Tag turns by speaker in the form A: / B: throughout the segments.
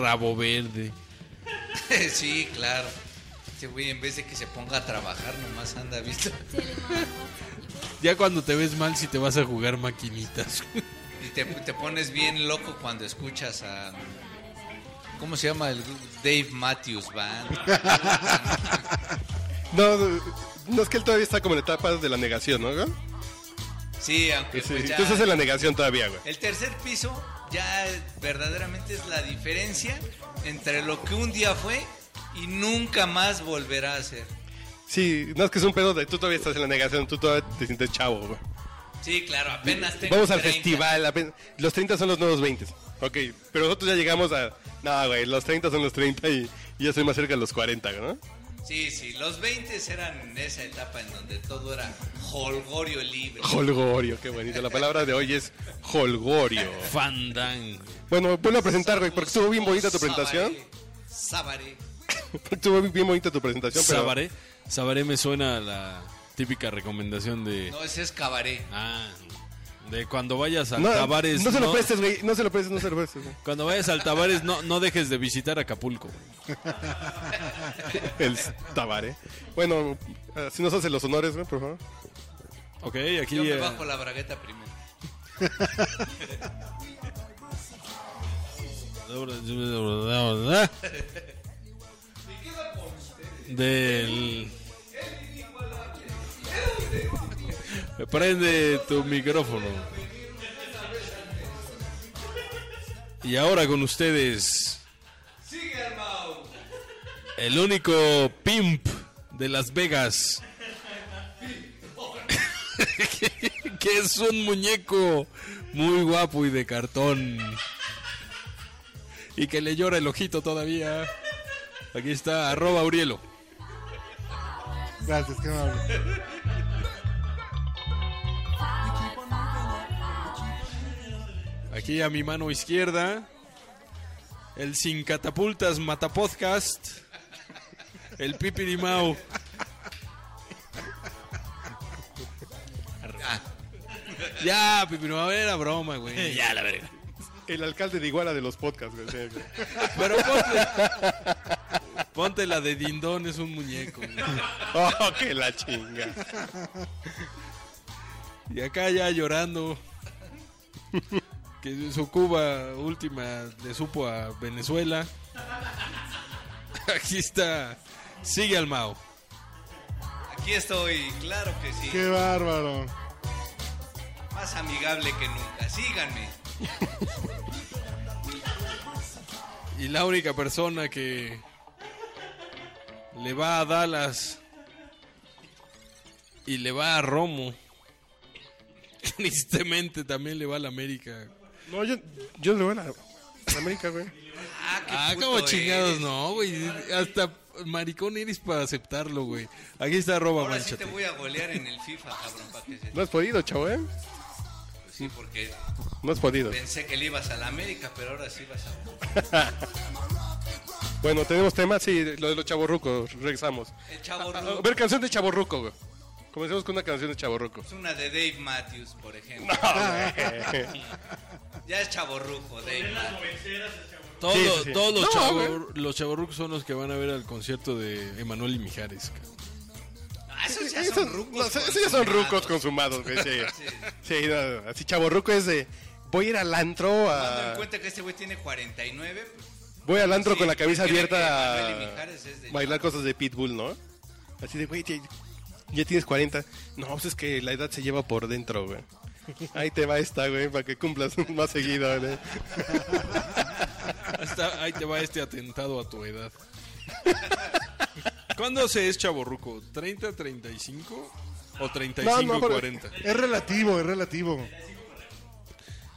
A: Rabo verde.
B: sí, claro. Este güey, en vez de que se ponga a trabajar, nomás anda, ¿viste?
C: Se le mamó.
A: Ya cuando te ves mal, si te vas a jugar maquinitas.
B: Y te, te pones bien loco cuando escuchas a. ¿Cómo se llama el gru- Dave Matthews Band?
D: No, no es que él todavía está como en la etapa de la negación, ¿no? güey?
B: Sí, aunque
D: Sí,
B: pues ya-
D: tú estás en la negación todavía, güey.
B: El tercer piso ya verdaderamente es la diferencia entre lo que un día fue y nunca más volverá a ser.
D: Sí, no es que es un pedo de tú todavía estás en la negación, tú todavía te sientes chavo, güey.
B: Sí, claro, apenas tengo
D: Vamos al
B: 30.
D: festival, apenas- los 30 son los nuevos 20. Ok, pero nosotros ya llegamos a... No, güey, los 30 son los 30 y, y ya soy más cerca de los 40, güey, ¿no?
B: Sí, sí, los 20 eran esa etapa en donde todo era holgorio libre.
D: Holgorio, qué bonito. La palabra de hoy es holgorio.
A: Fandango.
D: Bueno, vuelvo a presentar, güey, porque estuvo bien bonita tu presentación.
B: Sabaré.
D: Porque estuvo bien bonita tu presentación, pero...
A: Sabaré. Sabaré me suena a la típica recomendación de.
B: No, ese es cabaret.
A: Ah, de cuando vayas al
D: No,
A: Tabares.
D: no se lo prestes, güey, no se lo prestes, no se lo prestes, güey.
A: Cuando vayas al Tabares, no, no dejes de visitar Acapulco.
D: El Tabaré. Bueno, eh, si nos hace los honores, güey, por favor.
A: Ok, aquí.
B: Yo me
A: eh,
B: bajo la bragueta primero.
A: Del. Prende tu micrófono. Y ahora con ustedes. El único pimp de Las Vegas. que es un muñeco muy guapo y de cartón. Y que le llora el ojito todavía. Aquí está, arroba Urielo.
E: Gracias, qué amable.
A: Aquí a mi mano izquierda, el sin catapultas matapodcast, el pipirimao. Ya, pipirimao era broma, güey. Ya, la verga.
D: El alcalde de Iguala de los podcasts, güey. sí, güey.
A: Pero ponte, ponte la de Dindón, es un muñeco. güey.
D: Oh, que la chinga.
A: Y acá ya llorando. Que su Cuba última le supo a Venezuela. Aquí está. Sigue al Mao.
B: Aquí estoy, claro que sí.
E: Qué bárbaro.
B: Más amigable que nunca. Síganme.
A: Y la única persona que le va a Dallas y le va a Romo. Tristemente también le va a la América.
D: No, yo, yo le voy a la, la América, güey.
B: Ah, qué
A: Ah,
B: puto
A: como chingados,
B: eres.
A: no, güey. Hasta maricón eres para aceptarlo, güey. Aquí está arroba
B: Ahora sí
A: manchate.
B: te voy a golear en el FIFA, cabrón, para que se...
D: No has podido, chavo, ¿eh?
B: Sí, porque
D: No has podido.
B: pensé que le ibas a la América, pero ahora sí vas a...
D: Bueno, tenemos temas, sí, lo de los chavorrucos, regresamos.
B: El Chavo
D: A
B: Rudo.
D: ver, canción de chavorruco, güey. Comencemos con una canción de chavorruco.
B: Es una de Dave Matthews, por ejemplo. Ya es chaborruco, Dave Matthews.
A: Todo-
D: Sí, sí, sí.
A: Todos los,
D: No,
A: chavor- los chavorrucos son los que van a ver al concierto de Emanuel y Mijares. cabrón.
B: Ah, esos ya
D: Esos
B: son rucos.
D: no, esos ya son
B: consumados.
D: rucos consumados, güey. Sí, Sí, no, no, así chavorruco es de... Voy a ir al antro
B: Tomando en
D: a...
B: cuenta que este güey tiene 49, pues,
D: Voy al antro
B: Sí,
D: con la camisa
B: cree
D: abierta
B: que Manuel y
D: a
B: Mijares es de-
D: bailar cosas de Pitbull, ¿no? Así de, güey, ya, ya tienes 40. No, pues es que la edad se lleva por dentro, güey. Ahí te va esta, güey, para que cumplas más seguido, güey.
A: Hasta ahí te va este atentado a tu edad. ¿Cuándo se es chaborruco? ¿30, 35 o 35,
D: No, no, pero-
A: 40?
E: Es relativo, es relativo.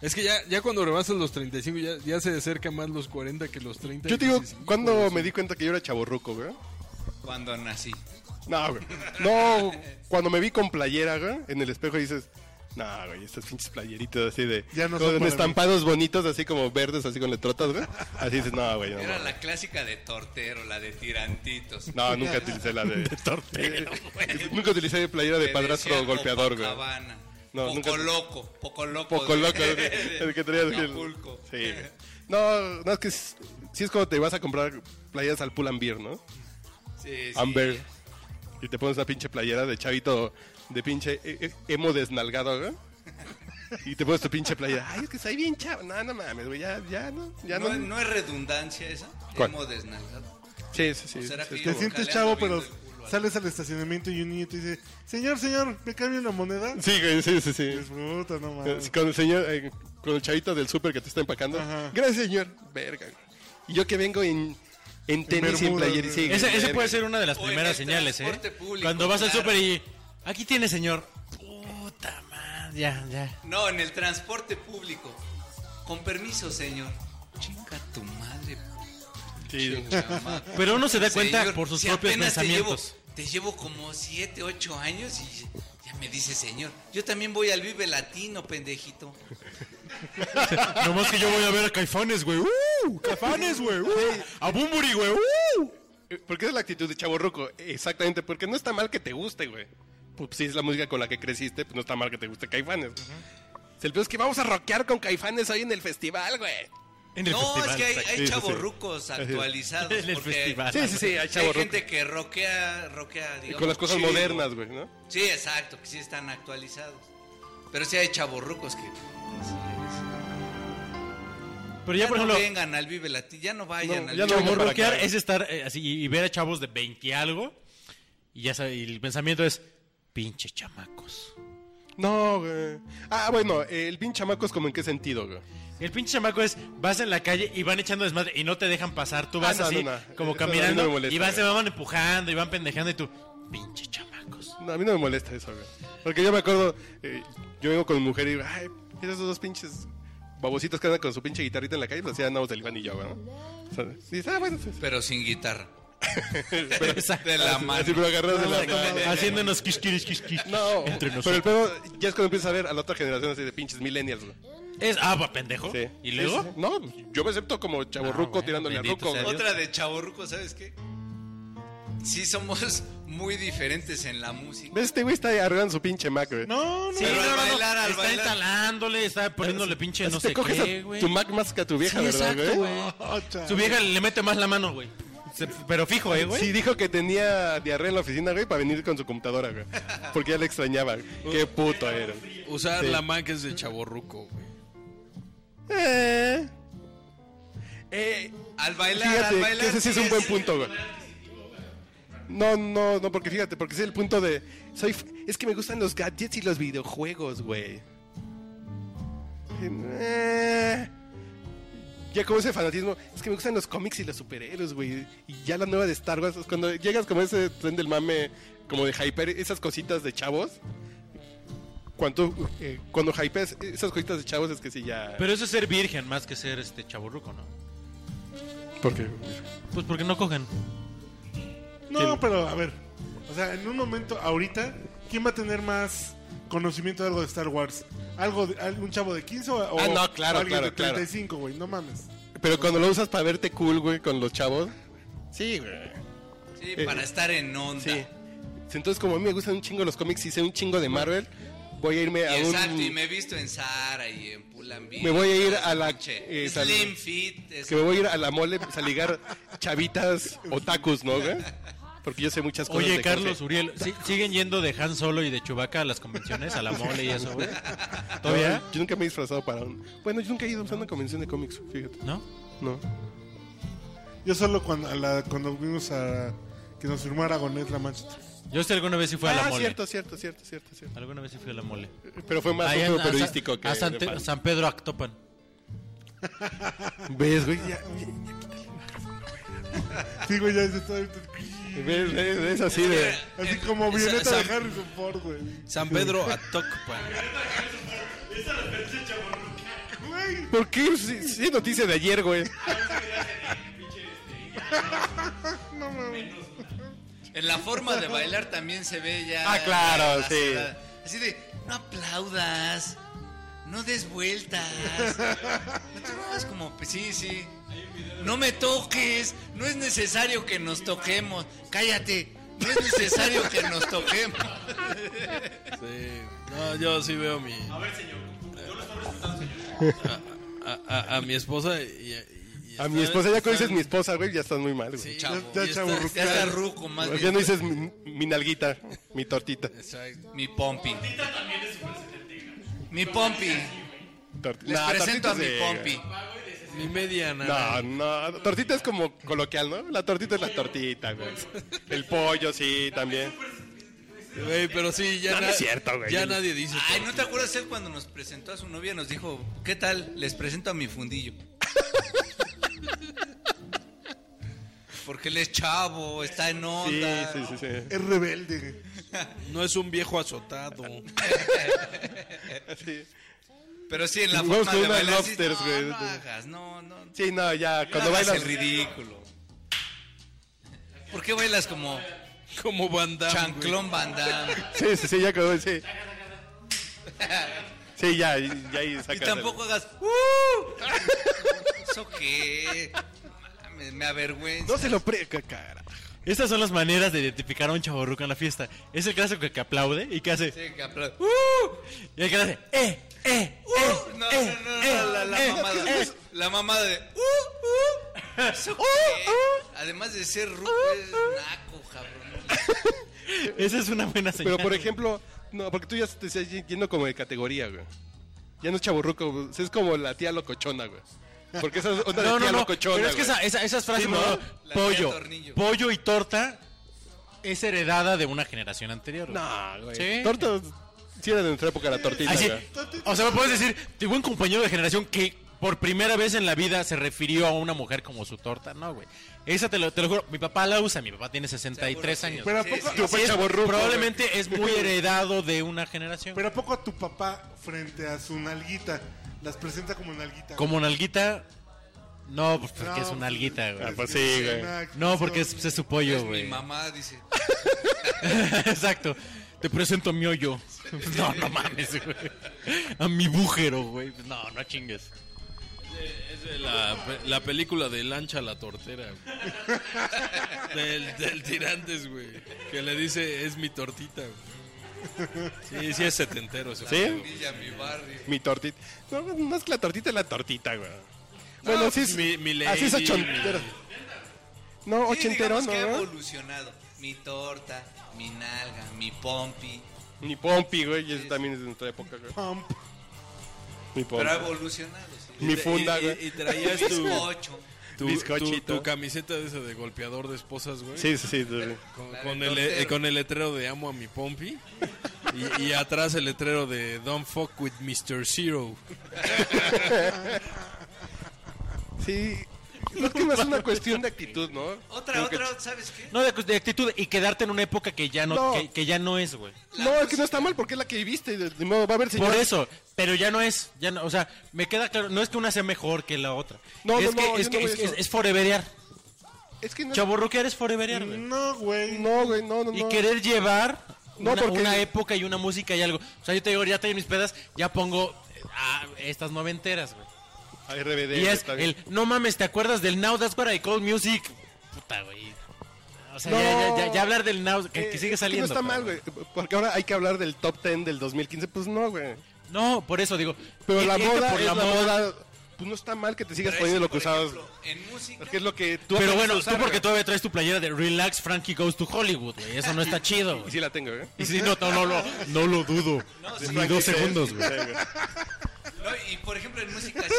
A: Es que ya, ya cuando rebasas los 35 ya, ya se acerca más los 40 que los 30.
D: Yo te digo, cuando
A: cuando
D: me di cuenta que yo era chaborruco, güey.
B: cuando nací.
D: No, güey. No, cuando me vi con playera, güey, en el espejo dices, no, güey, estas pinches playeritas así de.
E: Ya no son
D: con
E: para mí.
D: estampados bonitos, así como verdes, así con letrotas, güey. Así dices, no, güey, no.
B: Era
D: no.
B: la clásica de tortero, la de tirantitos.
D: No, nunca utilicé la de.
B: tortero, güey.
D: Nunca utilicé playera de
B: Que
D: padrastro
B: decía
D: golpeador, güey.
B: Copacabana,
D: No,
B: poco
D: nunca-
B: loco, poco loco.
D: Poco
B: de-
D: loco, el que traía el-
B: Acapulco.
D: Sí, güey. No, no, es que si es cuando te vas a comprar playeras al Pull and Beer, ¿no?
B: Sí, sí.
D: Amber. Y te pones una pinche playera de chavito, de pinche eh, eh, emo desnalgado, ¿no? Y te pones tu pinche playera. Ay, es que soy bien chavo. No, no mames, güey. Ya, ya, no. Ya no.
B: ¿No, no es redundancia esa?
D: ¿Cuál?
B: Emo desnalgado.
D: Sí, sí, sí.
B: ¿O será
D: sí,
B: que
D: sí.
E: Te
B: yo-
E: sientes
B: Vocaleando
E: chavo,
B: viendo
E: pero
B: el culo al-
E: sales al estacionamiento y un niño te dice, señor, señor, ¿me cambia una moneda?
D: Sí, güey, sí, sí, sí.
E: Disfruta, no
D: Sí,
E: mames.
D: Con el señor, eh, con el chavito del súper que te está empacando.
E: Ajá.
D: Gracias, señor. Verga. güey. Y yo que vengo en, en tenis y en
E: Bermudas,
D: player. y
E: güey.
D: sí, güey,
F: Esa, esa
D: verga.
F: puede ser una de las
B: O en
F: primeras
B: el
F: señales, ¿eh?
B: transporte público,
F: Cuando vas al
B: claro.
F: súper y... Aquí tiene, señor. Puta madre. Ya, ya.
B: No, en el transporte público. Con permiso, señor. Chinga tu madre.
D: Sí.
B: chamaco.
F: Pero uno se da cuenta
B: Señor,
F: por sus
B: si
F: propios
B: apenas te llevo-
F: pensamientos.
B: Te llevo, como 7, 8 años y ya me dice señor. Yo también voy al Vive Latino, pendejito.
F: Nomás que yo voy a ver a Caifanes, güey. ¡Uh! Caifanes, güey. ¡Uh! A Bumburi, güey. ¡Uh!
D: Eh, ¿Por qué es la actitud de chavo ruco? Exactamente, porque no está mal que te guste, güey. Pues si es la música con la que creciste, pues no está mal que te guste Caifanes. Si El peor es que vamos a rockear con Caifanes hoy en el festival, güey.
F: En el
B: No,
F: festival.
B: es que hay,
F: exacto.
B: hay
D: sí, sí.
B: chavorrucos actualizados.
F: En el
B: porque
F: festival.
D: Sí, sí, sí, hay
B: hay
D: chavo ruco.
B: gente que roquea, roquea digamos,
D: Con las cosas
B: chido.
D: modernas, güey, ¿no?
B: Sí, exacto, que sí están actualizados. Pero sí hay chavorrucos que.
F: Pero ya,
B: Ya
F: por
B: no
F: ejemplo,
B: vengan al Vive Latino, ya no vayan
D: No,
B: al
D: ya
B: Vive
D: no vengan.
F: como
D: para
F: rockear
D: acá.
F: es estar eh, así y, y ver a chavos de 20 y algo. Y ya sabe, y el pensamiento es... Pinche chamacos.
D: No, güey. Ah, bueno, eh, el pinche chamaco es como en qué sentido, güey.
F: El pinche chamaco es, vas en la calle y van echando desmadre y no te dejan pasar. Tú
D: Ah,
F: vas
D: no,
F: así,
D: no, no.
F: como
D: Eso a mí no
F: caminando
D: me molesta,
F: y van, se
D: güey.
F: van empujando y van pendejando y tú, pinche chamacos.
D: No, a mí no me molesta eso, güey. Porque yo me acuerdo, eh, yo vengo con mi mujer y digo, ay, esos dos pinches babositos que andan con su pinche guitarrita en la calle, pues así andamos el Iván y yo, güey. ¿no? O sea, dices, ah, bueno, sí, sí.
B: Pero sin guitarra.
D: Pero-
F: Exacto.
B: De la mano.
D: Así, pero agarrados de la
F: Haciéndonos Haciéndonos kish, kish, kish, kish.
D: No,
F: entre nosotros.
D: pero el pedo ya es cuando empiezas a ver a la otra generación así de pinches millennials, güey.
F: Es, ah, va, pendejo.
D: Sí.
F: ¿Y luego?
D: Sí, sí. No, pues, yo me acepto como chavo
F: Ah,
D: ruco
F: bueno,
D: tirándole a
F: bendito
D: ruco.
F: sea
D: güey.
B: Otra de chavorruco, ¿sabes qué? Sí somos muy diferentes en la música.
D: ¿Ves? Este güey está arreglando su pinche Mac, güey.
F: No, no,
B: Pero al bailar, al
F: Está
B: bailar.
F: instalándole, está poniéndole pinche
D: Así
F: no
D: te
F: sé
D: coges
F: qué,
D: a
F: güey.
D: tu Mac más que a tu vieja,
F: Sí,
D: ¿verdad,
F: exacto,
D: güey?
F: güey.
E: Oh, chale.
F: Su vieja le mete más la mano, güey. Se- Pero fijo, eh, güey.
D: Sí, dijo que tenía diarrea en la oficina, güey, para venir con su computadora, güey. Porque ya le extrañaba. Qué puto era.
A: Usar
D: Sí.
A: la Mac es de chaborruco, güey.
D: Eh. Eh.
B: Al bailar, al
D: Fíjate,
B: bailar.
D: que ese sí es un buen punto, güey. No, no, no, porque fíjate, porque ese es el punto de. Soy, f- es que me gustan los gadgets y los videojuegos, güey. Eh, ya como ese fanatismo, es que me gustan los cómics y los superhéroes, güey. Y ya la nueva de Star Wars, cuando llegas como ese tren del mame, como de hyper, esas cositas de chavos. Cuando, eh, cuando hypeas esas cositas de chavos, es que sí ya.
F: Pero eso es ser virgen más que ser este chaburruco, ¿no?
D: Porque.
F: Pues porque no cogen.
D: ¿Quién?
E: No, pero a ver. O sea, en un momento, ahorita, ¿quién va a tener más conocimiento de algo de Star Wars? ¿Algo de, al- ¿Un chavo de 15 o, o
D: Ah, no, claro,
E: alguien
D: claro,
E: de
D: claro.
E: 35, güey? No mames.
D: Pero cuando lo usas para verte cool, güey, con los chavos. Sí, güey.
B: Sí, para estar en onda.
D: Eh, Sí. Entonces, como a mí me gustan un chingo los cómics y sé un chingo de Marvel, voy a irme
B: Y
D: a un.
B: exacto, y me he visto en Zara y en Pull&Bear.
D: Me voy a ir a la-
B: Che,
D: eh,
B: Slim
D: sal-
B: Fit. es-
D: Que me voy a ir a la mole pues, a ligar chavitas otakus, ¿no, güey? Porque yo sé muchas cosas.
F: Oye,
D: de
F: Carlos
D: cosas.
F: Uriel, ¿sí- ¿siguen yendo de Han Solo y de Chubaca a las convenciones, a la mole y eso, güey? ¿Todavía?
D: No, yo nunca me he disfrazado para un. Bueno, yo nunca he ido a una convención de cómics, fíjate.
F: ¿No?
D: No.
E: Yo solo cuando, a la- cuando vimos a que nos firmó Aragonés la mancha.
F: Yo sí alguna vez sí fui a la
D: ah,
F: mole.
D: cierto, cierto, cierto, cierto, cierto.
F: Alguna vez sí fui a la mole.
D: Pero fue más
F: Ahí
D: un
F: a-
D: juego
F: a San-
D: periodístico que.
F: a San,
D: de
F: Te-
D: fan.
F: San Pedro Actopan.
D: ¿Ves, güey? Ya-
E: Sí, güey, ya es de todo.
D: ¿Ves, ves, ves? Así de.
E: Así
B: Eh,
E: como
A: Esa-
E: Violeta
A: esa-
E: de Harrison Ford, güey.
A: San Pedro Atocpa.
E: Güey,
D: ¿Por qué? Sí, sí, noticia de ayer, güey.
B: En la forma de bailar también se ve ya.
D: Ah, claro,
B: la-
D: sí.
B: la- Así de, no aplaudas, no des vueltas. No te muevas como. pues Sí, sí. No me toques, no es necesario que nos toquemos. Cállate, no es necesario que nos toquemos.
A: Sí. No, yo sí veo mi. A ver, señor. Yo lo estoy respetando, señor. a, a- a mi esposa y... y- y
D: A mi
A: está-
D: esposa, ya
A: está-
D: cuando dices mi esposa, güey, ya estás muy mal, güey.
A: Sí,
B: Chavo.
A: y
E: Ya- ya
A: está-
E: chavorruco.
B: Ya está ruco, más
D: ¿Por qué
B: bien.
D: no dices mi, mi nalguita, mi tortita?
A: Exacto.
B: Mi pompi. Mi pompi.
D: Tort-
B: Les
D: Nah,
B: presento
D: tortita
B: a mi
D: es de-
B: pompi.
A: Mi media naranja.
D: No, no, tortita es como coloquial, ¿no? La tortita es la tortita, güey. El pollo, sí, también.
A: Güey, pero sí, ya...
D: No, no
A: na-
D: es cierto, güey.
A: Ya nadie dice...
B: Ay, ¿no te acuerdas él cuando nos presentó a su novia? Nos dijo, ¿qué tal? Les presento a mi fundillo. Porque él es chavo, está en
D: Sí,
B: onda.
D: sí, sí, sí.
E: Es rebelde.
A: No es un viejo azotado.
B: Pero sí, en la
D: Vamos
B: forma
D: con
B: de
D: una
B: bailar. sí,
D: lobsters,
B: no,
D: güey.
B: no hagas, no, no.
D: Sí, no, ya, cuando
B: no hagas el
D: bailas...
B: ridículo. ¿Por qué bailas como
A: Como banda.
B: chanclón bandán?
D: Sí, sí, sí, ya cuando... Sí, sí ya, ya ahí
B: Y
D: sacas el-
B: tampoco hagas. "Uh". ¿Eso qué? Me, me avergüenza.
D: No se lo pre... ca- Carajo.
F: Estas son las maneras de identificar a un chavorruco en la fiesta. Es el clásico que, que aplaude y que hace. "Uh",
B: Sí, que apla-
F: Y el que hace. ¡Eh! ¡Eh!
B: Uh, no, no, no, no, la,
D: Eh,
B: la mamada. la mamada de. "Uh, uh". ¿Eso qué?
F: uh".
D: uh".
B: Además de ser ruco, es naco, cabrón.
F: Esa es una buena señal.
D: Pero por ejemplo, no, porque tú ya te estás yendo como de categoría, güey. Ya no es chaburruco, güey. es como la tía locochona, güey. Porque esa es onda de
F: No, no,
D: tía
F: no.
D: locochona.
F: Pero es que
D: güey.
F: esa- esa- esas frases.
D: Sí, ¿no?
F: como,
B: La tía
F: Pollo.
B: tornillo.
F: Pollo y torta es heredada de una generación anterior. güey.
D: No, güey.
F: Sí. Ah,
D: Torta, sí era de nuestra época la tortita,
F: Así,
D: güey.
F: o sea, me puedes decir, tengo un compañero de generación que por primera vez en la vida se refirió a una mujer como su torta. No, güey. Esa te lo, te lo juro. Mi papá la usa, mi papá tiene 63
B: Seguro, sí.
F: años.
E: Pero a
B: Sí,
E: poco,
B: sí,
D: Tu
E: a
D: papá
F: Sí,
D: es
F: es-
D: chavorruco,
F: probablemente es muy heredado de una generación.
E: Pero ¿a poco a tu papá frente a su nalguita las presenta como nalguita?
F: Como nalguita. No, pues
E: No,
F: porque es una alguita,
D: Ah,
F: güey.
D: pues sí, güey.
E: Una-
F: No, porque es, es su pollo,
B: Es mi
F: güey.
B: mamá, dice.
F: Exacto. Te presento a mi hoyo. No, no mames, güey. A mi bújero, güey. No, no chingues.
A: Es de la, la película de Lancha la Tortera. güey. Del, del Tirantes, güey. Que le dice, es mi tortita, güey. Sí, sí es setentero ese
D: ¿Sí?
A: pedo.
B: Villa, mi barrio.
D: Mi tortita. No, no es que la tortita es la tortita, güey. Bueno, sí es.
A: mi- mi
D: así es
A: lady,
D: ochentero. No,
B: Sí,
D: ochentero,
B: digamos que ha
D: no, ¿no?
B: evolucionado. Mi torta, mi nalga, mi pompi.
D: Ni Pompi, güey, eso también es de nuestra época, güey.
E: Pump.
D: Mi
B: Pero ha
D: Pompi.
B: evolucionado. sí.
D: Mi funda,
A: Y- y,
D: güey.
A: y traías
B: Es
A: tu,
B: ocho.
A: tu, tu,
D: bizcochito.
A: tu camiseta de ese de golpeador de esposas, güey.
D: Sí, sí, sí. sí.
A: Con,
B: La
A: con
B: del
A: el,
B: tortero.
A: eh, con el letrero de Amo a mi Pompi. Y, y atrás el letrero de Don't fuck with Mr. Zero.
D: Sí. No, es que más una cuestión de actitud, ¿no?
B: Otra,
D: Creo que-
B: otra, ¿sabes qué?
F: No, de, de actitud y quedarte en una época que ya no,
D: No.
F: Que, que ya no es, güey.
D: No, es que no está mal porque es la que viviste. de- de modo, va a haber señoras-
F: Por eso, pero ya no es, ya no, o sea, me queda claro, no es que una sea mejor que la otra.
D: No,
F: es
D: no,
F: que,
D: no,
F: es,
D: yo
F: que
D: no
F: es,
D: veo eso.
F: es- es foreverear.
D: Es que no.
F: Chaborruquear es foreverear, güey.
E: No, güey.
D: No, güey, no, no,
F: Y
D: Mm, no.
F: querer llevar
D: No,
F: una,
D: porque-
F: una época y una música y algo. O sea, yo te digo, ya traigo mis pedas, ya pongo eh, ah, estas noventeras, güey.
D: A RBD.
F: Y es
D: está bien.
F: el, no mames, ¿te acuerdas del Now That's What I Call Music? Puta, güey. O sea,
D: No.
F: ya, ya, ya- ya hablar del Now, que,
D: Eh,
F: que
D: es
F: sigue saliendo.
D: No está mal,
F: cabrón.
D: güey. Porque ahora hay que hablar del top 10 del 2015. Pues no, güey.
F: No, por eso digo. e-
D: Pero
F: ir-
D: la
F: irte
D: moda, es la moda. Pues no está mal que te sigas
B: Pero
D: poniendo
B: eso,
D: lo que
B: por
D: usabas.
B: ejemplo, En música.
D: Porque es lo que tú
F: Pero
D: aprendes a
F: bueno,
D: usar,
F: tú porque
D: güey.
F: todavía traes tu playera de Relax Frankie Goes to Hollywood, güey. Eso no está chido,
D: Y
F: güey.
D: sí la tengo, güey.
F: Y si no, no, no, lo- no lo dudo. Ni dos segundos, güey.
B: No, y por ejemplo, en música sí,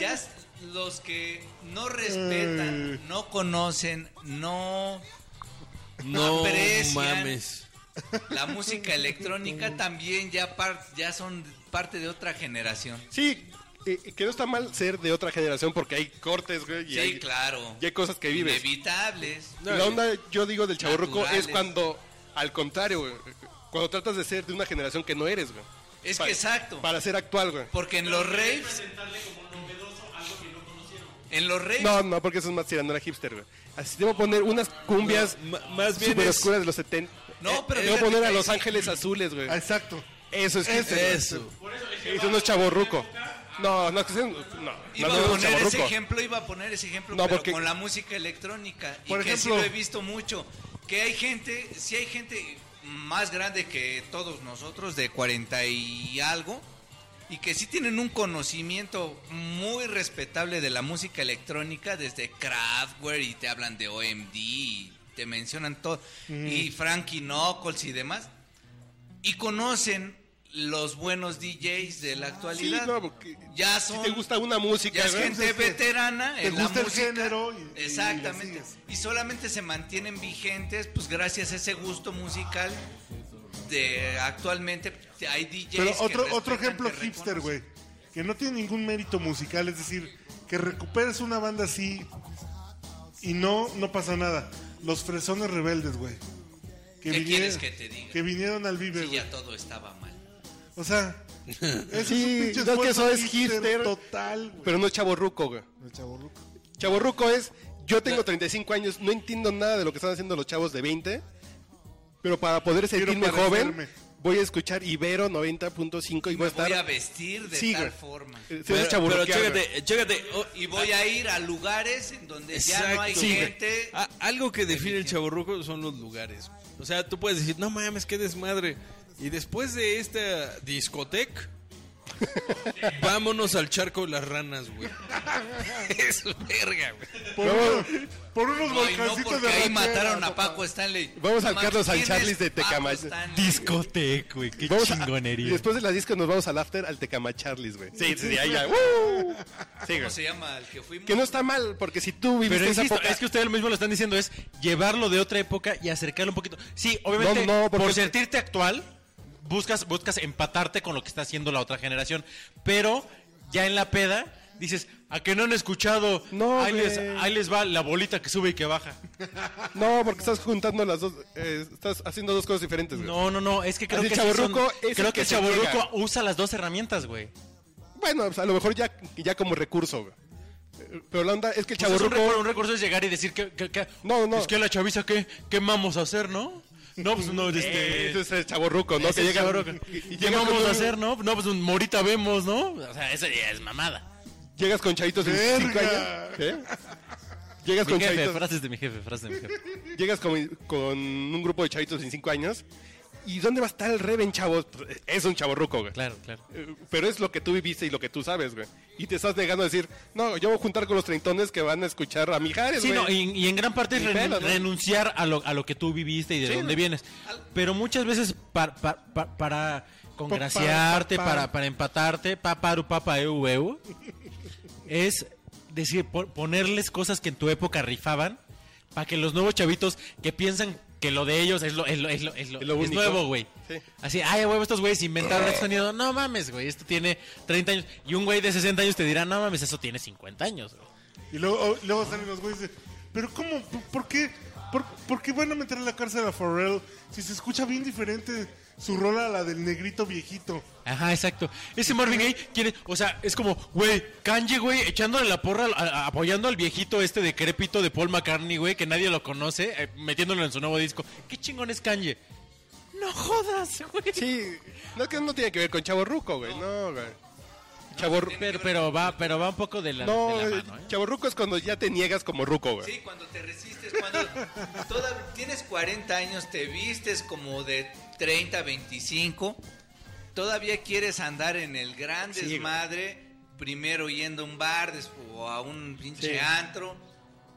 B: ya s- los que no respetan, no conocen, no
A: No
B: Aprecian.
A: mames.
B: la música electrónica también ya par- ya son parte de otra generación.
D: Sí, eh, que no está mal ser de otra generación porque hay cortes, güey. y
B: Sí,
D: hay-
B: claro.
D: Y hay cosas que vives.
B: Inevitables.
D: Y la onda, yo digo, del chaburruco es
B: Naturales.
D: cuando, al contrario, güey, cuando tratas de ser de una generación que no eres, güey.
B: Es
D: Pa-
B: que exacto.
D: Para ser actual, güey.
B: Porque en los raves en los raves
D: No, no, porque eso es más tirandera hipster, güey. Así te voy a poner unas cumbias
A: Ma- más bien
D: super
A: es-
D: oscuras de los 70.
B: No, pero
D: Te voy a
B: fíjate
D: poner a
B: que
D: Los
B: ahí sí-
D: Ángeles Azules, güey.
E: Ah, Exacto.
D: Eso es hipster.
A: Eso.
D: güey. Eso no es chaborruco. No, no, que sean- no, no,
B: Iba
D: no,
B: a
D: no es
B: poner ese
D: chaborruco.
B: ejemplo, iba a poner ese ejemplo,
D: No,
B: pero
D: porque-
B: con la música electrónica. Y
E: Por
B: que sí
E: ejemplo-
B: lo he visto mucho. Que hay gente, si hay gente más grande que todos nosotros, de 40 y algo, y que sí tienen un conocimiento muy respetable de la música electrónica, desde Kraftwerk y te hablan de OMD, y te mencionan todo, y Frankie Knuckles y demás, y conocen los buenos DJs de la
D: Sí,
B: actualidad.
D: no, porque
B: ya son
D: si te gusta una música,
B: ya es
D: güey,
B: gente
E: Entonces,
B: veterana
E: te
B: en la
E: gusta el
B: música.
E: género y- y le
B: Exactamente.
E: sigues.
B: Y, solamente se mantienen vigentes, pues gracias a ese gusto musical de actualmente hay DJs.
E: Pero
B: que
E: otro, otro
B: respetan,
E: ejemplo
B: que
E: hipster,
B: reconocen.
E: güey. Que no tiene ningún mérito musical, es decir, que recuperes una banda así y no, no pasa nada. Los fresones rebeldes, güey.
B: ¿Qué quieres que te diga?
E: que vinieron al Vive,
B: Sí,
E: güey.
B: ya todo estaba mal.
E: O sea, ese es
D: Sí,
E: un pinche
D: no, que
E: esfuerzo
D: eso es hipster.
E: total, güey.
D: pero no es chaborruco, güey.
E: No, chavorruco.
D: Chaborruco es, yo tengo 35 años, no entiendo nada de lo que están haciendo los chavos de 20, pero para poder
E: Quiero
D: sentirme joven,
E: parecerme.
D: voy a escuchar Ibero 90.5 y voy a
B: Me
D: estar...
B: voy a vestir de
D: Sí,
B: tal
D: güey.
B: forma.
D: eh, se va a
A: Pero, pero
D: chaborruquear, güey.
A: chécate, chécate. oh,
B: Y voy a ir a lugares en donde ya no hay
A: Exacto, güey.
B: gente.
A: A- algo que define el chaborruco son los lugares. O sea, tú puedes decir, no mames, qué desmadre. Y después de esta discoteca, vámonos al charco de las ranas, güey. es verga, güey.
E: Por, unos- por unos
B: No, y no
E: volcancitos
B: porque
E: de
B: ahí
E: ranchera,
B: mataron a
E: papá.
B: Paco Stanley.
D: Vamos al
B: No
D: Carlos
B: manches, ¿quién
D: Sancharlis
B: es
D: de
B: Paco
D: Tecamac-
B: Stanley?
F: Discotec, güey. Qué
D: Vamos a- y
F: chingonería.
D: después de la disco nos vamos al after, al Tecama Charlies, güey. Sí, sí, ahí ya. Sí,
B: ¿Cómo
D: güey.
B: se llama el que fuimos?
D: Que no está mal, porque si tú viviste
F: Pero
D: esa
F: insisto,
D: época-
F: es que ustedes mismos lo están diciendo, es llevarlo de otra época y acercarlo un poquito. Sí, obviamente,
D: No, no, porque-
F: por sentirte actual, buscas, buscas empatarte con lo que está haciendo la otra generación. Pero ya en la peda, dices, ¿a que no han escuchado?
D: No,
F: ahí, les,
D: güey.
F: ahí les va la bolita que sube y que baja.
D: No, porque estás juntando las dos, eh, estás haciendo dos cosas diferentes, güey.
F: No, no, no, es que creo
D: Así
F: que
D: el
F: sí son-
D: chavorruco es el
F: creo
D: que
F: que el
D: se
F: chaborruco
D: llega.
F: usa las dos herramientas, güey.
D: Bueno, pues, a lo mejor ya, ya como recurso, güey. Eh, Pero la onda es que el
F: Pues es un,
D: chaborruco...
F: recurso, un recurso es llegar y decir que, que- que-
D: No, no.
F: Es que la chaviza, "Pues, ¿qué, qué vamos a hacer, no? No, pues no, este...
D: Ese es el chaborruco, ¿no?
F: Ese
D: Que llega,
F: chaborruco.
D: y- y
F: ¿Qué
D: llega
F: vamos
D: con
F: a
D: un-
F: hacer, no? No, pues un morita vemos, ¿no? O sea, esa ya es mamada.
D: Llegas con chavitos de
E: Verga.
D: 5 años. ¿eh? Llegas
F: Mi
D: con
F: jefe,
D: chavitos,
F: frases de mi jefe, frases de mi jefe.
D: llegas con, con un grupo de chavitos de 5 años. ¿Y dónde va a estar el Reven, chavos? Pues, Es un chaborruco, güey.
F: Claro, claro.
D: Eh, Pero es lo que tú viviste y lo que tú sabes, güey. Y te estás negando a decir, no, yo voy a juntar con los treintones que van a escuchar a Mijares,
F: Sí,
D: güey.
F: no, y, y en gran parte es
D: Ni
F: renun-
D: pedo, ¿no?
F: renunciar a lo, a lo que tú viviste y de
D: Sí,
F: dónde
D: ¿no?
F: vienes. Pero muchas veces pa- pa- pa- para congraciarte,
E: Pa- pa- pa-
F: para, para empatarte, paparu, papa, eu, eu, es decir, po- ponerles cosas que en tu época rifaban para que los nuevos chavitos que piensan que lo de ellos es lo, es lo, es lo, es lo-
D: Es lo
F: es
D: único.
F: nuevo, güey.
D: Sí.
F: Así, ay, huevo, estos güeyes inventaron este sonido. No mames, güey, esto tiene 30 años. Y un güey de 60 años te dirá, no mames, eso tiene 50 años, güey.
E: Y luego, o- luego salen los güeyes de, pero ¿cómo? ¿Por, por qué? ¿Por, por qué van a meter a la cárcel a Pharrell si se escucha bien diferente su rola a la del negrito viejito?
F: Ajá, exacto. Ese Marvin Gaye, ¿quién es? O sea, es como, güey, Kanye, güey, echándole la porra, al- a- apoyando al viejito este decrépito de Paul McCartney, güey, que nadie lo conoce, eh, metiéndolo en su nuevo disco. ¿Qué chingón es Kanye? No jodas, güey.
D: Sí, no, que no tiene que ver con Chavo Ruco, güey. No, güey. Chavo Ru-
F: Pero, pero va, pero va un poco de la,
D: No,
F: de la mano, ¿eh?
D: Chavo Ruco es cuando ya te niegas como Ruco, güey.
B: Sí, cuando te resistes, cuando toda- tienes 40 años, te vistes como de 30, 25, todavía quieres andar en el gran
D: Sí, güey.
B: desmadre, primero yendo a un bar des- o a un pinche antro,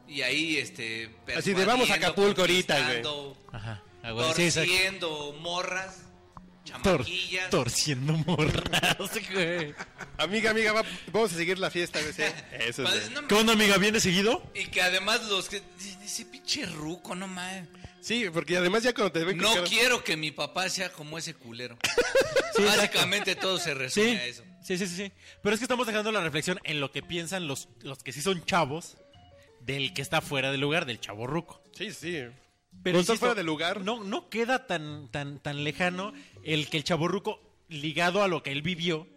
B: y ahí este...
D: Así de, vamos a
B: persuadiendo,
D: Acapulco ahorita, güey.
B: conquistando,
F: Ajá. Ah, güey, sí, exacto.
B: Torciendo morras,
F: Tor-
B: chamaquillas.
F: torciendo morras, güey.
D: Amiga, amiga, va- vamos a seguir la fiesta, güey. sí. Eso es.
B: Pues,
D: güey.
B: no
F: ¿Qué onda, amiga? ¿Viene seguido?
B: Y que además los que... Ese pinche ruco, no mames.
D: Sí, porque además ya cuando te ven con
B: No
D: cara-
B: quiero que mi papá sea como ese culero.
F: Sí, exacto.
B: Básicamente todo se resume
F: Sí,
B: a eso.
F: sí, sí, sí, sí. Pero es que estamos dejando la reflexión en lo que piensan los, los que sí son chavos del que está fuera del lugar, del chavo ruco.
D: Sí, sí.
F: Pero
D: No está
F: insisto,
D: fuera de lugar.
F: No, no queda tan, tan, tan lejano el que el chavo ruco, ligado a lo que él vivió,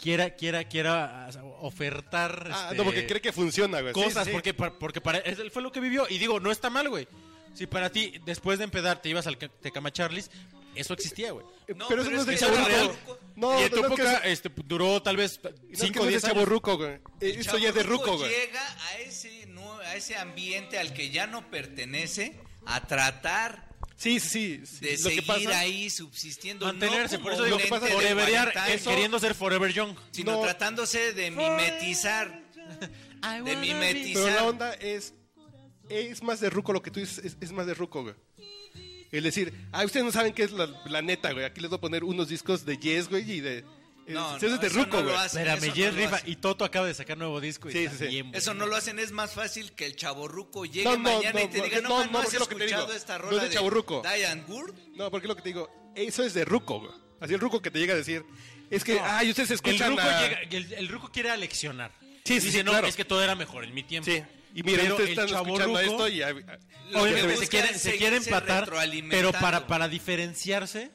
F: quiera, quiera, quiera o sea, ofertar
D: Ah,
F: este,
D: no, porque cree que funciona, güey. Sí,
F: cosas,
D: sí, sí.
F: porque, pa- porque para él fue lo que vivió. Y digo, no está mal, güey. Si para ti, después de empedar, te ibas al ca- Tecama Charlies, eso existía, güey.
D: Eh,
B: No,
D: Pero
B: pero
D: eso no es
B: es
D: de
B: que
D: Chavo
B: era
D: Ruco.
B: real.
D: No,
F: y en tu
D: no, no, que
F: época
D: es-
F: este, duró tal vez
D: no, es que
F: 5
D: no
F: o
D: es de
F: 10
D: Chavo
F: años.
D: Ruco, güey. Eh, Eso ya es de
B: Chavorruco
D: Ruco, güey.
B: Llega a ese, nue- a ese ambiente al que ya no pertenece a tratar
D: Sí, sí, sí. sí.
B: de
D: lo que
B: seguir
D: pasa,
B: ahí subsistiendo.
F: Mantenerse,
B: no
F: por
B: como
F: eso digo,
B: un
D: que pasa
B: ente de
F: foreverear,
B: Valentine,
F: eh, queriendo ser forever young.
B: sino
D: No.
B: tratándose de mimetizar. De
D: Pero la
B: mimetizar.
D: onda es. Es más de ruco lo que tú dices, es, es más de ruco, güey. El decir, ah, ustedes no saben qué es la, la neta, güey. Aquí les voy a poner unos discos de Yes, güey, y de.
B: No,
D: eso es de
B: eso
D: ruco,
B: no lo
D: güey.
B: hacen,
F: Espérame,
B: eso no
F: Jess
B: lo
F: Rifa
B: hacen.
F: y Toto acaba de sacar nuevo disco. Y
D: Sí,
F: está
D: sí, sí.
F: bien
B: Eso
F: bueno.
B: no lo hacen, es más fácil que el chaborruco llegue
D: No, no,
B: mañana y
D: no,
B: te
D: no,
B: diga, no,
D: no,
B: man, no,
D: no,
B: has
D: porque es lo que te
B: escuchado
D: digo.
B: esta
D: No
B: rola
D: es de chavorruco.
B: Diane Wood.
D: No, porque lo que te digo, eso es de ruco, güey. Así el ruco que te llega a decir, es que, ay, ustedes
F: El
D: escuchan
F: ruco,
D: a-
F: llega- el, el ruco quiere aleccionar.
D: Sí, sí,
F: Dice,
D: sí,
F: no,
D: claro.
F: es que todo era mejor en mi tiempo.
D: Sí. Y mira,
F: Pero
D: ustedes
F: el
D: están
F: chavo
D: escuchando
F: ruco-
D: esto y... ay, ay,
B: Lo que
F: Obviamente,
B: busca
F: se quieren,
B: es
F: se quieren
B: seguirse
F: empatar,
B: retroalimentando.
F: pero para, para diferenciarse,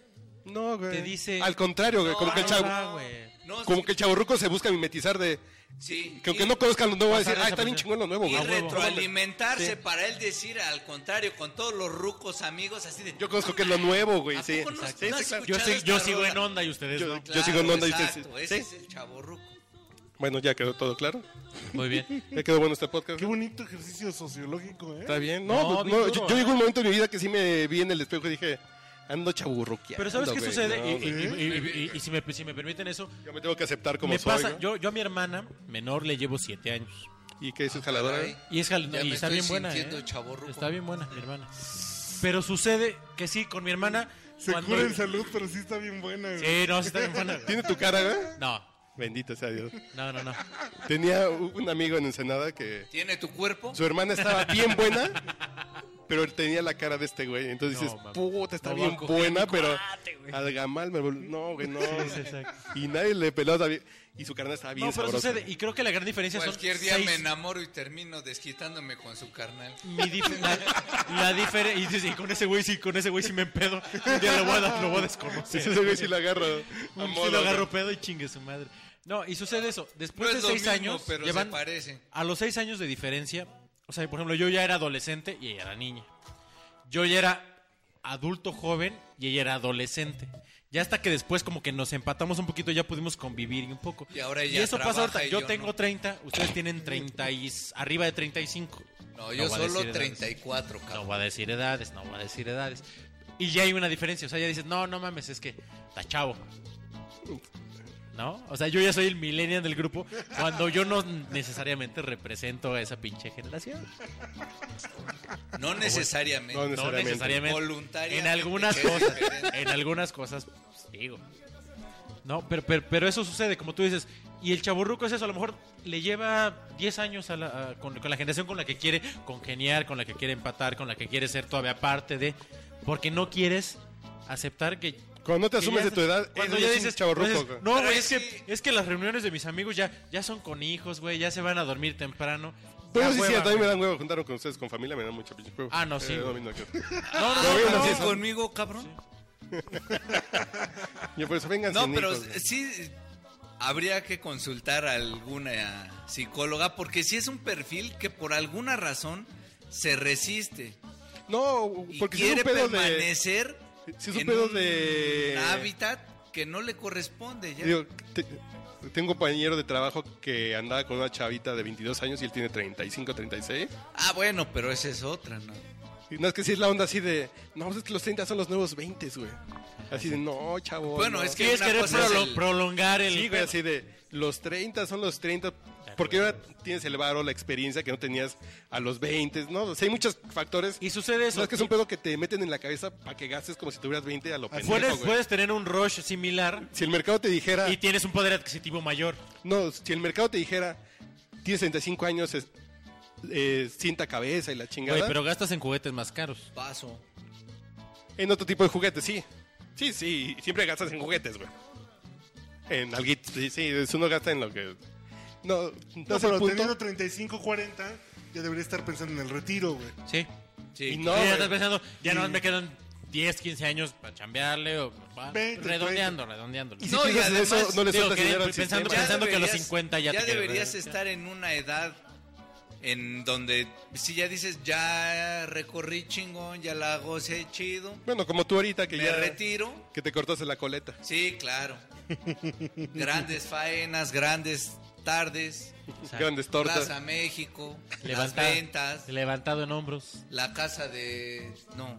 D: No, güey.
F: Te dice-
D: Al contrario, güey. como, que el chavo,
F: ah, güey.
B: No,
D: como que el chavorruco se busca mimetizar de...
B: sí,
D: Que aunque
B: y-
D: no conozcan lo nuevo, va a
F: Pasar
D: decir, ah, está bien
F: desapercibido.
D: chingón lo nuevo,
B: Y
D: güey.
B: retroalimentarse para él decir al contrario, con todos los rucos amigos, así de.
D: Yo conozco que es lo nuevo, güey.
B: ¿A
D: Sí,
B: poco no-
D: exacto.
B: no has
D: Sí, sí, claro.
F: Yo,
B: escuchado
F: sig-
B: esta
F: yo sigo
B: rola?
F: en onda y ustedes
D: Yo-
F: no.
D: yo sigo en onda y ustedes-
B: exacto, ese
D: ¿sí?
B: es el chaborruco.
D: Bueno, ya quedó todo claro.
F: Muy bien.
D: Ya quedó bueno este podcast.
E: Qué bonito ejercicio sociológico, ¿eh?
D: Está bien. No,
F: No,
D: pues,
F: bien
D: no,
F: duro,
D: yo,
F: ¿eh?
D: yo llegó un momento en mi vida que sí me vi en el espejo y dije, ando chaburruqueando.
F: Pero ¿sabes qué
D: güey,
F: sucede?
D: no,
F: Y-
D: güey.
F: y, y- y- y- y si, me, si me permiten eso,
D: yo me tengo que aceptar como
F: me
D: soy.
F: pasa,
D: güey.
F: yo, yo a mi hermana menor le llevo siete años.
D: ¿Y qué es ¿eh? jaladora?
B: Caray.
F: Y, es, jal-
B: Ya
F: y
B: me
F: está
B: estoy
F: bien buena.
B: sintiendo
F: ¿eh?
B: chavorruco.
F: Está bien buena, mi hermana. Pero sucede que sí, con mi hermana.
E: Se
F: cuando-
E: cura en salud, pero sí está bien buena, güey.
F: Sí, no, sí está bien buena.
D: ¿Tiene tu cara, güey?
F: No,
D: Bendito sea Dios.
F: no, no, no.
D: Tenía u- un amigo en Ensenada que
B: ¿Tiene tu cuerpo?
D: su hermana estaba bien buena, pero él tenía la cara de este güey. Entonces
F: No,
D: dices,
F: mames.
D: puta, está
F: No va
D: bien
F: a coger
D: buena,
F: mi
D: pero
F: cuate, güey.
D: al gamal me vol- No, güey, no.
F: exacto.
D: y nadie le peló todavía. Y su carnal estaba bien
F: No, pero
D: sabrosa.
F: sucede. Y creo que la gran diferencia son
B: Cualquier día
F: seis-
B: me enamoro y termino desquitándome con su carnal.
F: mi dif- la, diferencia. Y, con ese güey sí, con ese güey sí me empedo. Un día lo voy a, dar- lo voy a
D: Sí,
F: desconocer.
D: ese güey sí lo agarro. a
F: Un- sí
D: modo,
F: lo
D: güey.
F: agarro pedo y chingue su madre. No, y sucede eso.
B: No
F: Después
B: es
F: de
B: lo
F: seis
B: mismo,
F: años,
B: pero se
F: llevan
B: parecen.
F: a los seis años de diferencia. O sea, por ejemplo, yo ya era adolescente y ella era niña. Yo ya era adulto joven y ella era adolescente. Ya hasta que después como que nos empatamos un poquito, ya pudimos convivir y un poco.
B: Y ahora ella
F: eso pasa
B: trabaja
F: ahorita.
B: y
F: Yo,
B: yo
F: tengo
B: no.
F: 30, ustedes tienen 30 y s- arriba de 35.
B: No, yo
F: voy a decir
B: solo
F: edades.
B: 34,
F: No
B: cabrón.
F: voy a decir edades, no voy a decir edades. Y ya hay una diferencia. O sea, ya dices, no, no mames, es que está chavo. ¿No? O sea, yo ya soy el millennial del grupo cuando yo no necesariamente represento a esa pinche generación.
B: No necesariamente.
D: No,
F: No
D: Necesariamente.
F: necesariamente.
B: Voluntariamente,
F: En algunas
B: que es
F: cosas.
B: diferente.
F: En algunas cosas, pues, digo. No, pero, pero, pero eso sucede, como tú dices. Y el chaburruco es eso. A lo mejor le lleva 10 años a la- a- con, con la generación con la que quiere congeniar, con la que quiere empatar, con la que quiere ser todavía parte de. Porque no quieres aceptar que.
D: Cuando no te
F: que
D: asumes
F: ya-
D: de tu edad,
F: cuando
D: eres
F: ya
D: un
F: dices,
D: chavorruco,
F: dices,
D: güey.
F: no,
B: Pero
F: güey,
B: ahí
F: es
B: sí.
F: que, es que las reuniones de mis amigos ya, ya son con hijos, güey, ya se van a dormir temprano.
D: Bueno,
F: Ya
D: pues, sí,
F: hueva,
D: sí, a mí
F: güey.
D: me dan huevo juntaron con ustedes, con familia, me dan mucha pinche huevo.
F: Ah, no, sí,
D: no,
F: güey.
D: a mí no, que-
F: No, no, no,
D: Lo veo
F: no,
D: así,
F: no,
B: ¿Estás
D: son-
B: conmigo, cabrón?
D: Yo por eso vengan
B: No,
D: sin
B: pero
D: hijos, güey.
B: sí habría que consultar a alguna psicóloga porque sí es un perfil que por alguna razón se resiste
D: No,
B: y
D: porque si es
B: quiere
D: un pedo de.
B: permanecer
D: Si es un pedo
B: un
D: de.
B: hábitat que no le corresponde. ya.
D: Digo, te- tengo un compañero de trabajo que andaba con una chavita de 22 años y él tiene 35, 36.
B: Ah, bueno, pero esa es otra, ¿no?
D: Y no es que sí es la onda así de. No, pues es que los 30 son los nuevos 20, güey. Así de, no, chavo.
B: Bueno,
D: no.
B: es que
F: Quieres
B: una
F: querer
B: cosa es
F: prolo-
B: el-
F: prolongar el.
D: Sí, güey, así de los 30 son los 30, porque ahora tienes el varo, la experiencia que no tenías a los 20, ¿no? O sea, hay muchos factores.
F: Y sucede eso.
D: No es que es un pedo que te meten en la cabeza para que gastes como si tuvieras 20 a lo pendejo,
F: puedes,
D: güey.
F: puedes tener un rush similar
D: Si el mercado te dijera,
F: y tienes un poder adquisitivo mayor.
D: no, si el mercado te dijera, tienes 35 años, es, eh, cinta cabeza y la chingada,
F: Güey, pero gastas en juguetes más caros.
B: Paso.
D: en otro tipo de juguetes, sí. Sí, sí, siempre gastas en juguetes, güey. En algo, sí, sí, uno gasta en lo que... No,
E: No,
D: entonces
E: pero
D: el punto...
E: teniendo 35, 40, ya debería estar pensando en el retiro, güey.
F: Sí.
D: Y
B: Sí,
D: no,
F: Sí, ya
D: güey.
F: estás pensando, ya
E: Sí.
F: no me quedan 10, 15 años para chambearle o va,
E: Veinte,
F: redondeando, redondeando.
D: Y si
B: No, y
D: piensas en eso,
B: además,
D: no le
F: digo
D: sueltas
F: que
D: dinero al
F: pensando-
D: sistema.
F: que a los 50 ya te quedas,
B: deberías
F: ya.
B: estar en una edad en donde si ya dices ya recorrí chingón, ya la gocé chido,
D: Bueno, como tú ahorita que
B: me
D: ya
B: retiro.
D: que te cortaste la coleta.
B: Sí, claro. grandes faenas, grandes tardes,
D: Grandes tortas.
B: Plaza México,
F: Levanta-
B: las ventas,
F: Levantado en hombros.
B: la casa de no,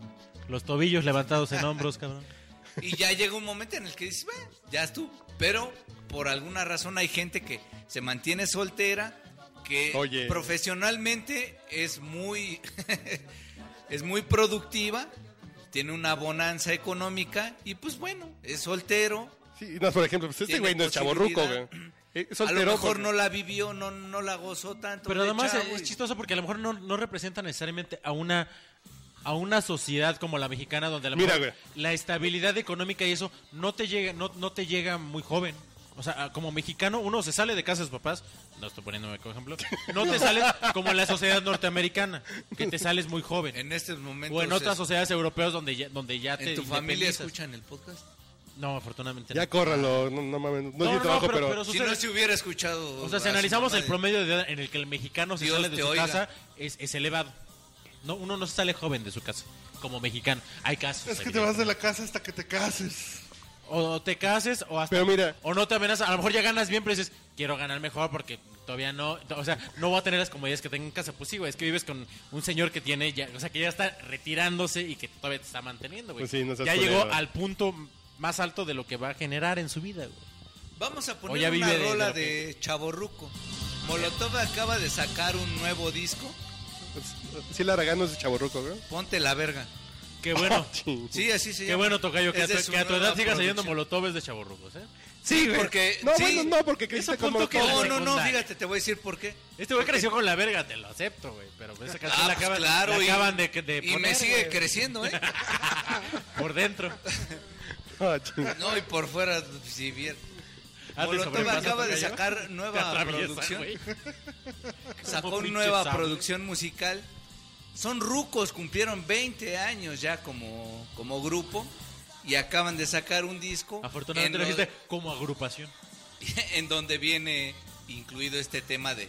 F: Los tobillos levantados en hombros, cabrón.
B: Y ya llega un momento en el que dices, bueno, ya estuvo. Pero por alguna razón hay gente que se mantiene soltera, que
D: Oye.
B: profesionalmente es muy, es muy productiva, tiene una bonanza económica y pues bueno, es soltero.
D: Sí, no, por ejemplo, pues este
B: Tiene
D: güey no es chaborruco, güey.
B: posibilidad. A
D: Eh,
B: lo
D: soltero,
B: mejor
D: porque-
B: no la vivió, no, no la gozó tanto.
F: Pero
B: de
F: además
B: chavo
F: es
B: y-
F: chistoso porque a lo mejor no, no representa necesariamente a una a una sociedad como la mexicana donde a lo
D: Mira,
F: mejor la estabilidad económica y eso no te llega no, no te llega muy joven. O sea, como mexicano uno se sale de casa de sus papás, no estoy poniéndome como ejemplo, no te sales como en la sociedad norteamericana, que te sales muy joven.
B: En estos momentos.
F: O en otras
B: es-
F: sociedades europeas donde ya, donde ya te
B: ¿En tu familia
F: independizas.
B: escuchan el podcast?
F: No, afortunadamente
D: Ya
F: no.
D: córranlo, no, no mames. No,
F: No,
D: es mi
F: no,
D: trabajo,
F: no,
D: pero.
F: pero
B: Si
F: sucede-
B: no se hubiera escuchado.
F: O sea, si
B: a su
F: analizamos
B: mamá
F: el
B: de-
F: promedio de edad en el que el mexicano se
B: Dios
F: sale de
B: te
F: su
B: oiga.
F: casa es, es elevado. No, uno no se sale joven de su casa como mexicano. Hay casos.
E: Es que te vas de la casa hasta que te cases.
F: O, o te cases o hasta
D: Pero mira.
F: o no te amenazas. A lo mejor ya ganas bien, pero dices, quiero ganar mejor porque todavía no, o sea, no voy a tener las comodidades que tengo en casa. Pues sí, güey, es que vives con un señor que tiene ya, o sea, que ya está retirándose y que todavía te está manteniendo, güey.
D: Pues sí, no seas
F: ya llegó
D: culero.
F: al punto más alto de lo que va a generar en su vida, güey.
B: Vamos a
F: O ya
B: poner
F: vive
B: una
F: de- de
B: rola
F: lo que-
B: de Chaborruco. Molotov acaba de sacar un nuevo disco.
D: pues, Sí, el Aragano es de chaborruco, güey.
B: Ponte la verga.
F: Qué bueno.
D: Sí.
B: Sí, así se llama.
F: Qué bueno, Tocayo, que,
B: Es
F: a
B: de
F: tu,
B: su
F: que a tu
B: nueva
F: edad sigas
B: producción.
F: leyendo molotoves de chavorrucos, ¿eh?
B: Sí, porque.
D: No,
B: sí.
D: bueno, no, porque creciste
F: punto
D: como.
F: que-
D: como-
B: No, no, no,
F: secundaria.
B: fíjate, te voy a decir por qué.
F: Este güey creció con la verga, te lo acepto, güey. Pero esa canción
B: Ah,
F: la
B: pues
F: acaban,
B: claro,
F: la
B: y,
F: acaban de, de
B: y me
F: poner,
B: sigue
F: güey,
B: creciendo, ¿eh?
F: por dentro.
D: Ah, chinga.
B: No, y por fuera, si bien.
F: Ah, te
B: Molotov
F: sobrepasa,
B: acaba de
F: Tocayo.
B: sacar
F: Te
B: nueva
F: atraviesa,
B: producción.
F: güey. Como
B: Sacó
F: pinche
B: nueva
F: sable.
B: producción musical. Son rucos, cumplieron 20 años ya como, como grupo y acaban de sacar un disco.
F: Afortunadamente
B: en
F: lo
B: lo-
F: dijiste como agrupación.
B: en donde viene incluido este tema de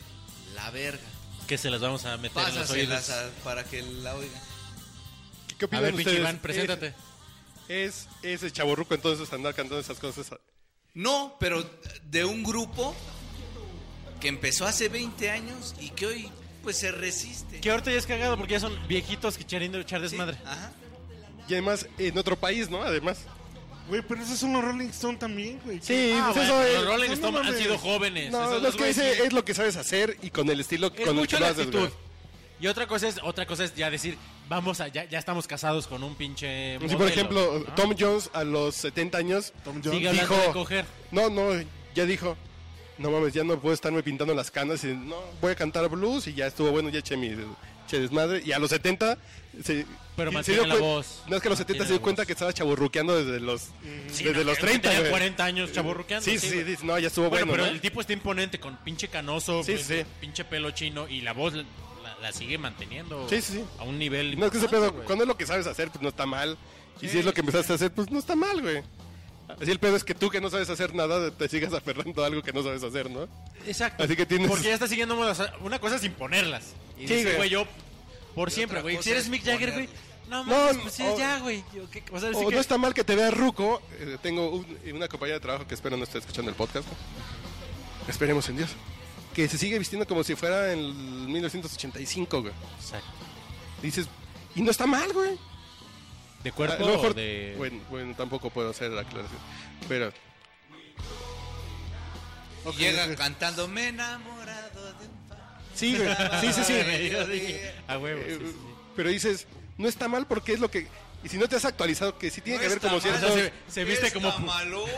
B: la verga.
F: Que se las vamos a meter en los
B: Pásaselas
F: oídos.
B: a- para que la oigan.
D: ¿Qué- ¿Qué
F: A
D: opinan
F: ver, pinche
D: ustedes?
F: Iván, preséntate.
D: Es, es el chaborruco entonces andar cantando esas cosas.
B: No, pero de un grupo que empezó hace 20 años y que hoy pues se resiste.
F: Que ahorita ya es cagado porque ya son viejitos que echando echar
B: Sí,
F: desmadre.
B: ajá.
D: Y además, en otro país, ¿no? Además.
E: Güey, pero esos son los Rolling Stone también, güey.
D: Sí,
F: Ah,
D: pues
F: bueno,
D: eso
F: los
D: es.
F: Rolling
E: no
F: Stones han
E: mames.
F: sido jóvenes.
D: No,
F: esos
D: lo que
F: güeyes
D: dice
F: sí.
D: es lo que sabes hacer y con el estilo
F: Es
D: con el
F: mucho
D: que
F: la
D: lo haces, güey.
F: actitud. Y otra cosa es, otra cosa es ya decir, vamos a, ya, ya estamos casados con un pinche.
D: Sí,
F: modelo,
D: por ejemplo,
F: ¿no?
D: Tom Jones a los 70 años
E: Tom Jones.
F: sigue hablando de
D: dijo,
F: coger.
D: no, no, ya dijo, no mames, ya no puedo estarme pintando las canas, y no, voy a cantar blues y ya estuvo bueno, ya eché mi eché desmadre. Y a los 70 se,
F: Pero
D: se
F: mantiene la
D: cuen-
F: voz.
D: No es que a los 70
F: Mantiene
D: se
F: la
D: dio cuenta
F: voz.
D: que estaba chaburruqueando desde los, desde los
F: Que
D: 30.
F: tenía
D: güey.
F: 40 años chaborruqueando.
D: Sí, sí,
F: güey.
D: dices, no, ya estuvo
F: Bueno,
D: bueno.
F: pero
D: ¿no?
F: el tipo está imponente con pinche canoso,
D: Sí,
F: güey,
D: sí.
F: pinche pelo chino y la voz la, la sigue manteniendo
D: Sí, sí, sí.
F: a un nivel.
D: No es que ese
F: importante,
D: pedo,
F: güey.
D: cuando es lo que sabes hacer, pues no está mal. Y si es lo que empezaste a hacer, pues no está mal, güey. Así el pedo es que tú que no sabes hacer nada, te sigas aferrando a algo que no sabes hacer, ¿no?
F: Exacto.
D: Así que tienes-
F: Porque ya está siguiendo modas. Una cosa es imponerlas. Y
D: Sí,
F: dices,
D: güey.
F: güey, yo por siempre,
B: otra
F: güey.
B: cosa
F: Si eres
B: es
F: Mick Jagger, güey. No, mames, pues sí,
D: o-
F: ya, güey. Yo, ¿qué- o sea,
D: O
F: sí que-
D: no está mal que te vea Ruco. Eh, tengo un- una compañera de trabajo que espero no esté escuchando el podcast. Esperemos en Dios. Que se sigue vistiendo como si fuera en el 1985, güey.
F: Exacto.
D: Dices, y no está mal, güey.
F: De
D: A
F: cuerpo
D: lo mejor-
F: o de.
D: bueno, bueno, tampoco puedo hacer la aclaración. Pero,
B: Y llega cantando me he enamorado de un pa-
D: sí, güey. Sí, sí, sí.
F: Yo dije, a huevo. sí,
D: Eh,
F: sí, sí.
D: Pero dices, no está mal porque es lo que. Y si no te has actualizado, que sí tiene
B: No
D: que ver
B: está mal.
D: como cierto.
F: O sea, se- se viste
B: Está
F: como-
B: malón.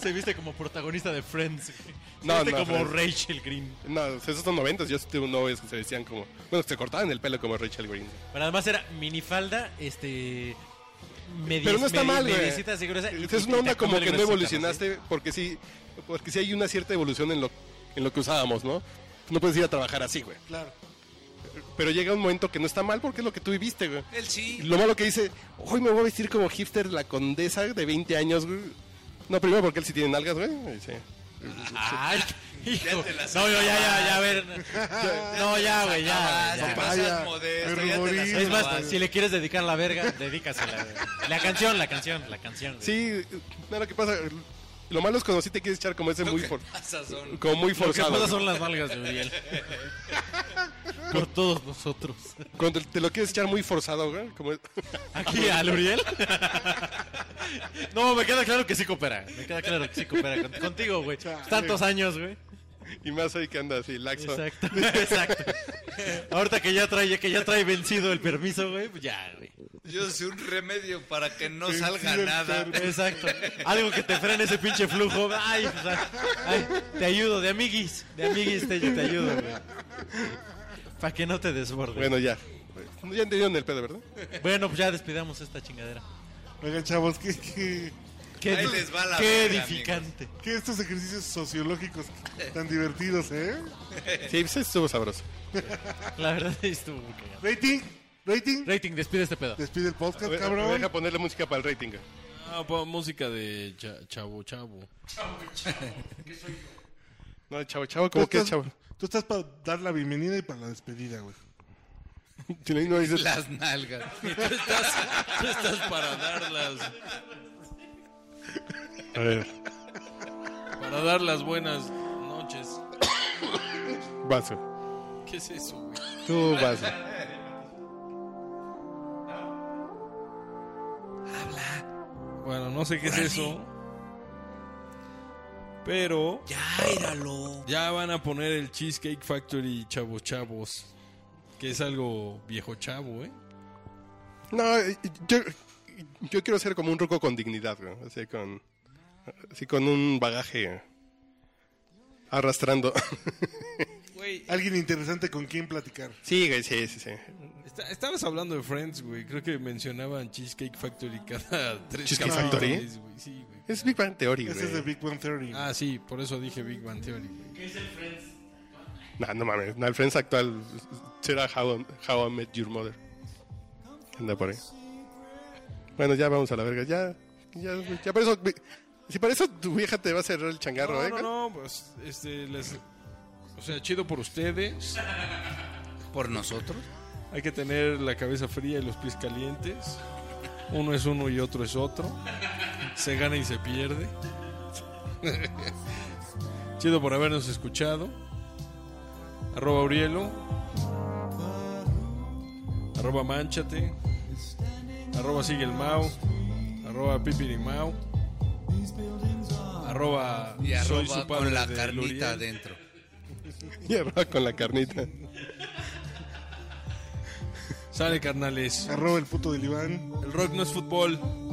F: Se viste como protagonista de Friends. güey. Se
D: No,
F: viste
D: no,
F: como
D: Friends.
F: Rachel Green.
D: No, esos son noventas. Yo tuve novios que se decían como. Bueno, que se cortaban el pelo como Rachel Green.
F: Pero además era minifalda, este. medi-
D: Pero no está
F: medi-
D: mal, güey.
F: mediecita así gruesa y-
D: Es
F: y-
D: una
F: y
D: onda
F: tacón
D: como
F: de
D: que no
F: gruesita,
D: evolucionaste porque sí, porque sí hay una cierta evolución en lo, en lo que usábamos, ¿no? No puedes ir a trabajar así, güey.
E: Claro.
D: Pero llega un momento que no está mal porque es lo que tú viviste, güey.
B: Él sí.
D: Y Lo malo que dice, hoy me voy a vestir como hipster la condesa de 20 años, güey. No, primero porque él sí tiene nalgas, güey. Y sí.
F: Ay, hijo.
B: te la
F: No, yo ya, ya, ya, a ver. No, ya, güey, ya.
B: Ah,
F: ya.
B: no
E: Papaya,
B: seas modesto,
E: me
B: ya te la
E: ruborí.
F: Es
B: sabes.
F: más, si le quieres dedicar la verga, dedícasela. güey. La canción, la canción, la canción. güey.
D: Sí, no, lo que pasa, Lo malo es cuando sí te quieres echar como ese muy, for-
B: Esas son.
D: como muy
F: Lo que
D: forzado.
F: pasa son las nalgas de Uriel. Con todos nosotros.
D: Cuando te lo quieres echar muy forzado, güey. Como...
F: ¿Aquí al Uriel? No, me queda claro que sí coopera. Me queda claro que sí coopera con- contigo, güey. Tantos años, güey.
D: Y más ahí que anda así, laxo.
F: Exacto, exacto. Ahorita que ya trae, que ya trae vencido el permiso, güey, pues ya, güey.
B: Yo sé un remedio para que no
E: Sí,
B: salga
E: sí,
B: nada.
E: enfermo.
F: Exacto. Algo que te frene ese pinche flujo. Ay, pues, ay, ay, te ayudo, de amiguis. De amiguis te, te ayudo, güey. Para que no te desborde. Bueno.
D: Bueno, ya. Ya entendieron el pedo, ¿verdad?
F: pues ya despidamos esta chingadera.
E: Oigan, chavos, que, que,
F: Qué,
B: Ahí
F: edu-
B: les va la
F: qué
B: verga,
F: edificante.
E: que estos ejercicios sociológicos tan divertidos, ¿eh?
D: Sí, pues estuvo sabroso.
F: La verdad estuvo muy cagado.
E: Rating, rating.
F: Rating, despide este pedo.
E: Despide el podcast,
D: A ver,
E: cabrón.
D: Deja ponerle música para el rating. güey.
A: Ah, pon música de cha- Chavo Chavo.
D: No, chavo, chavo,
E: Tú
D: ¿cómo que es
E: Pues estás-
D: chavo?
E: Tú estás para dar la bienvenida y para la despedida, güey.
D: Si no, no dices-
B: Las nalgas.
A: Tú estás, tú estás para darlas.
D: A ver,
A: Para dar las buenas noches.
D: vaso.
A: ¿Qué es eso, güey?
D: Tú, vaso.
A: Bueno, no sé qué es eso. Pero
B: Ya, íralo.
A: ya van a poner el Cheesecake Factory Chavo Chavos. Que es algo viejo chavo, ¿eh?
D: No, eh, yo, yo quiero ser como un ruco con dignidad, güey. Así con, así con un bagaje arrastrando.
A: Güey,
E: Alguien interesante con quien platicar.
D: Sí, güey, sí, sí, sí.
A: está- estabas hablando de Friends, güey. Creo que mencionaban Cheesecake Factory cada tres
D: ¿Cheesecake
A: capítulos,
D: Factory?
A: güey. Sí, güey.
D: Es Big Bang Theory,
E: Ese es de
D: güey.
E: Big One Theory.
A: Ah, sí, por eso dije Big Bang Theory, güey.
D: No, no mames. No, el Friends actual será How, How I Met Your Mother. Anda por ahí. Bueno, ya vamos a la verga. Ya, ya, ya por eso... Si para eso tu vieja te va a cerrar el changarro,
A: No,
D: ¿eh?
A: no, no, pues, este, les... O sea, chido por ustedes.
B: ¿Por nosotros?
A: Hay que tener la cabeza fría y los pies calientes. Uno es uno y otro es otro. Se gana y se pierde. Chido por habernos escuchado. Arroba Aurielo. Arroba Manchate. Arroba Sigue el Mau. Arroba Pipirimau. Arroba
B: Y
A: Soy
B: arroba
A: su
B: con
A: padre
B: la
A: de
B: carnita
A: Luriel.
B: adentro.
D: Y arroba con la carnita.
A: Sale, carnales.
E: Arroba el puto del Iván.
A: El rock no es fútbol.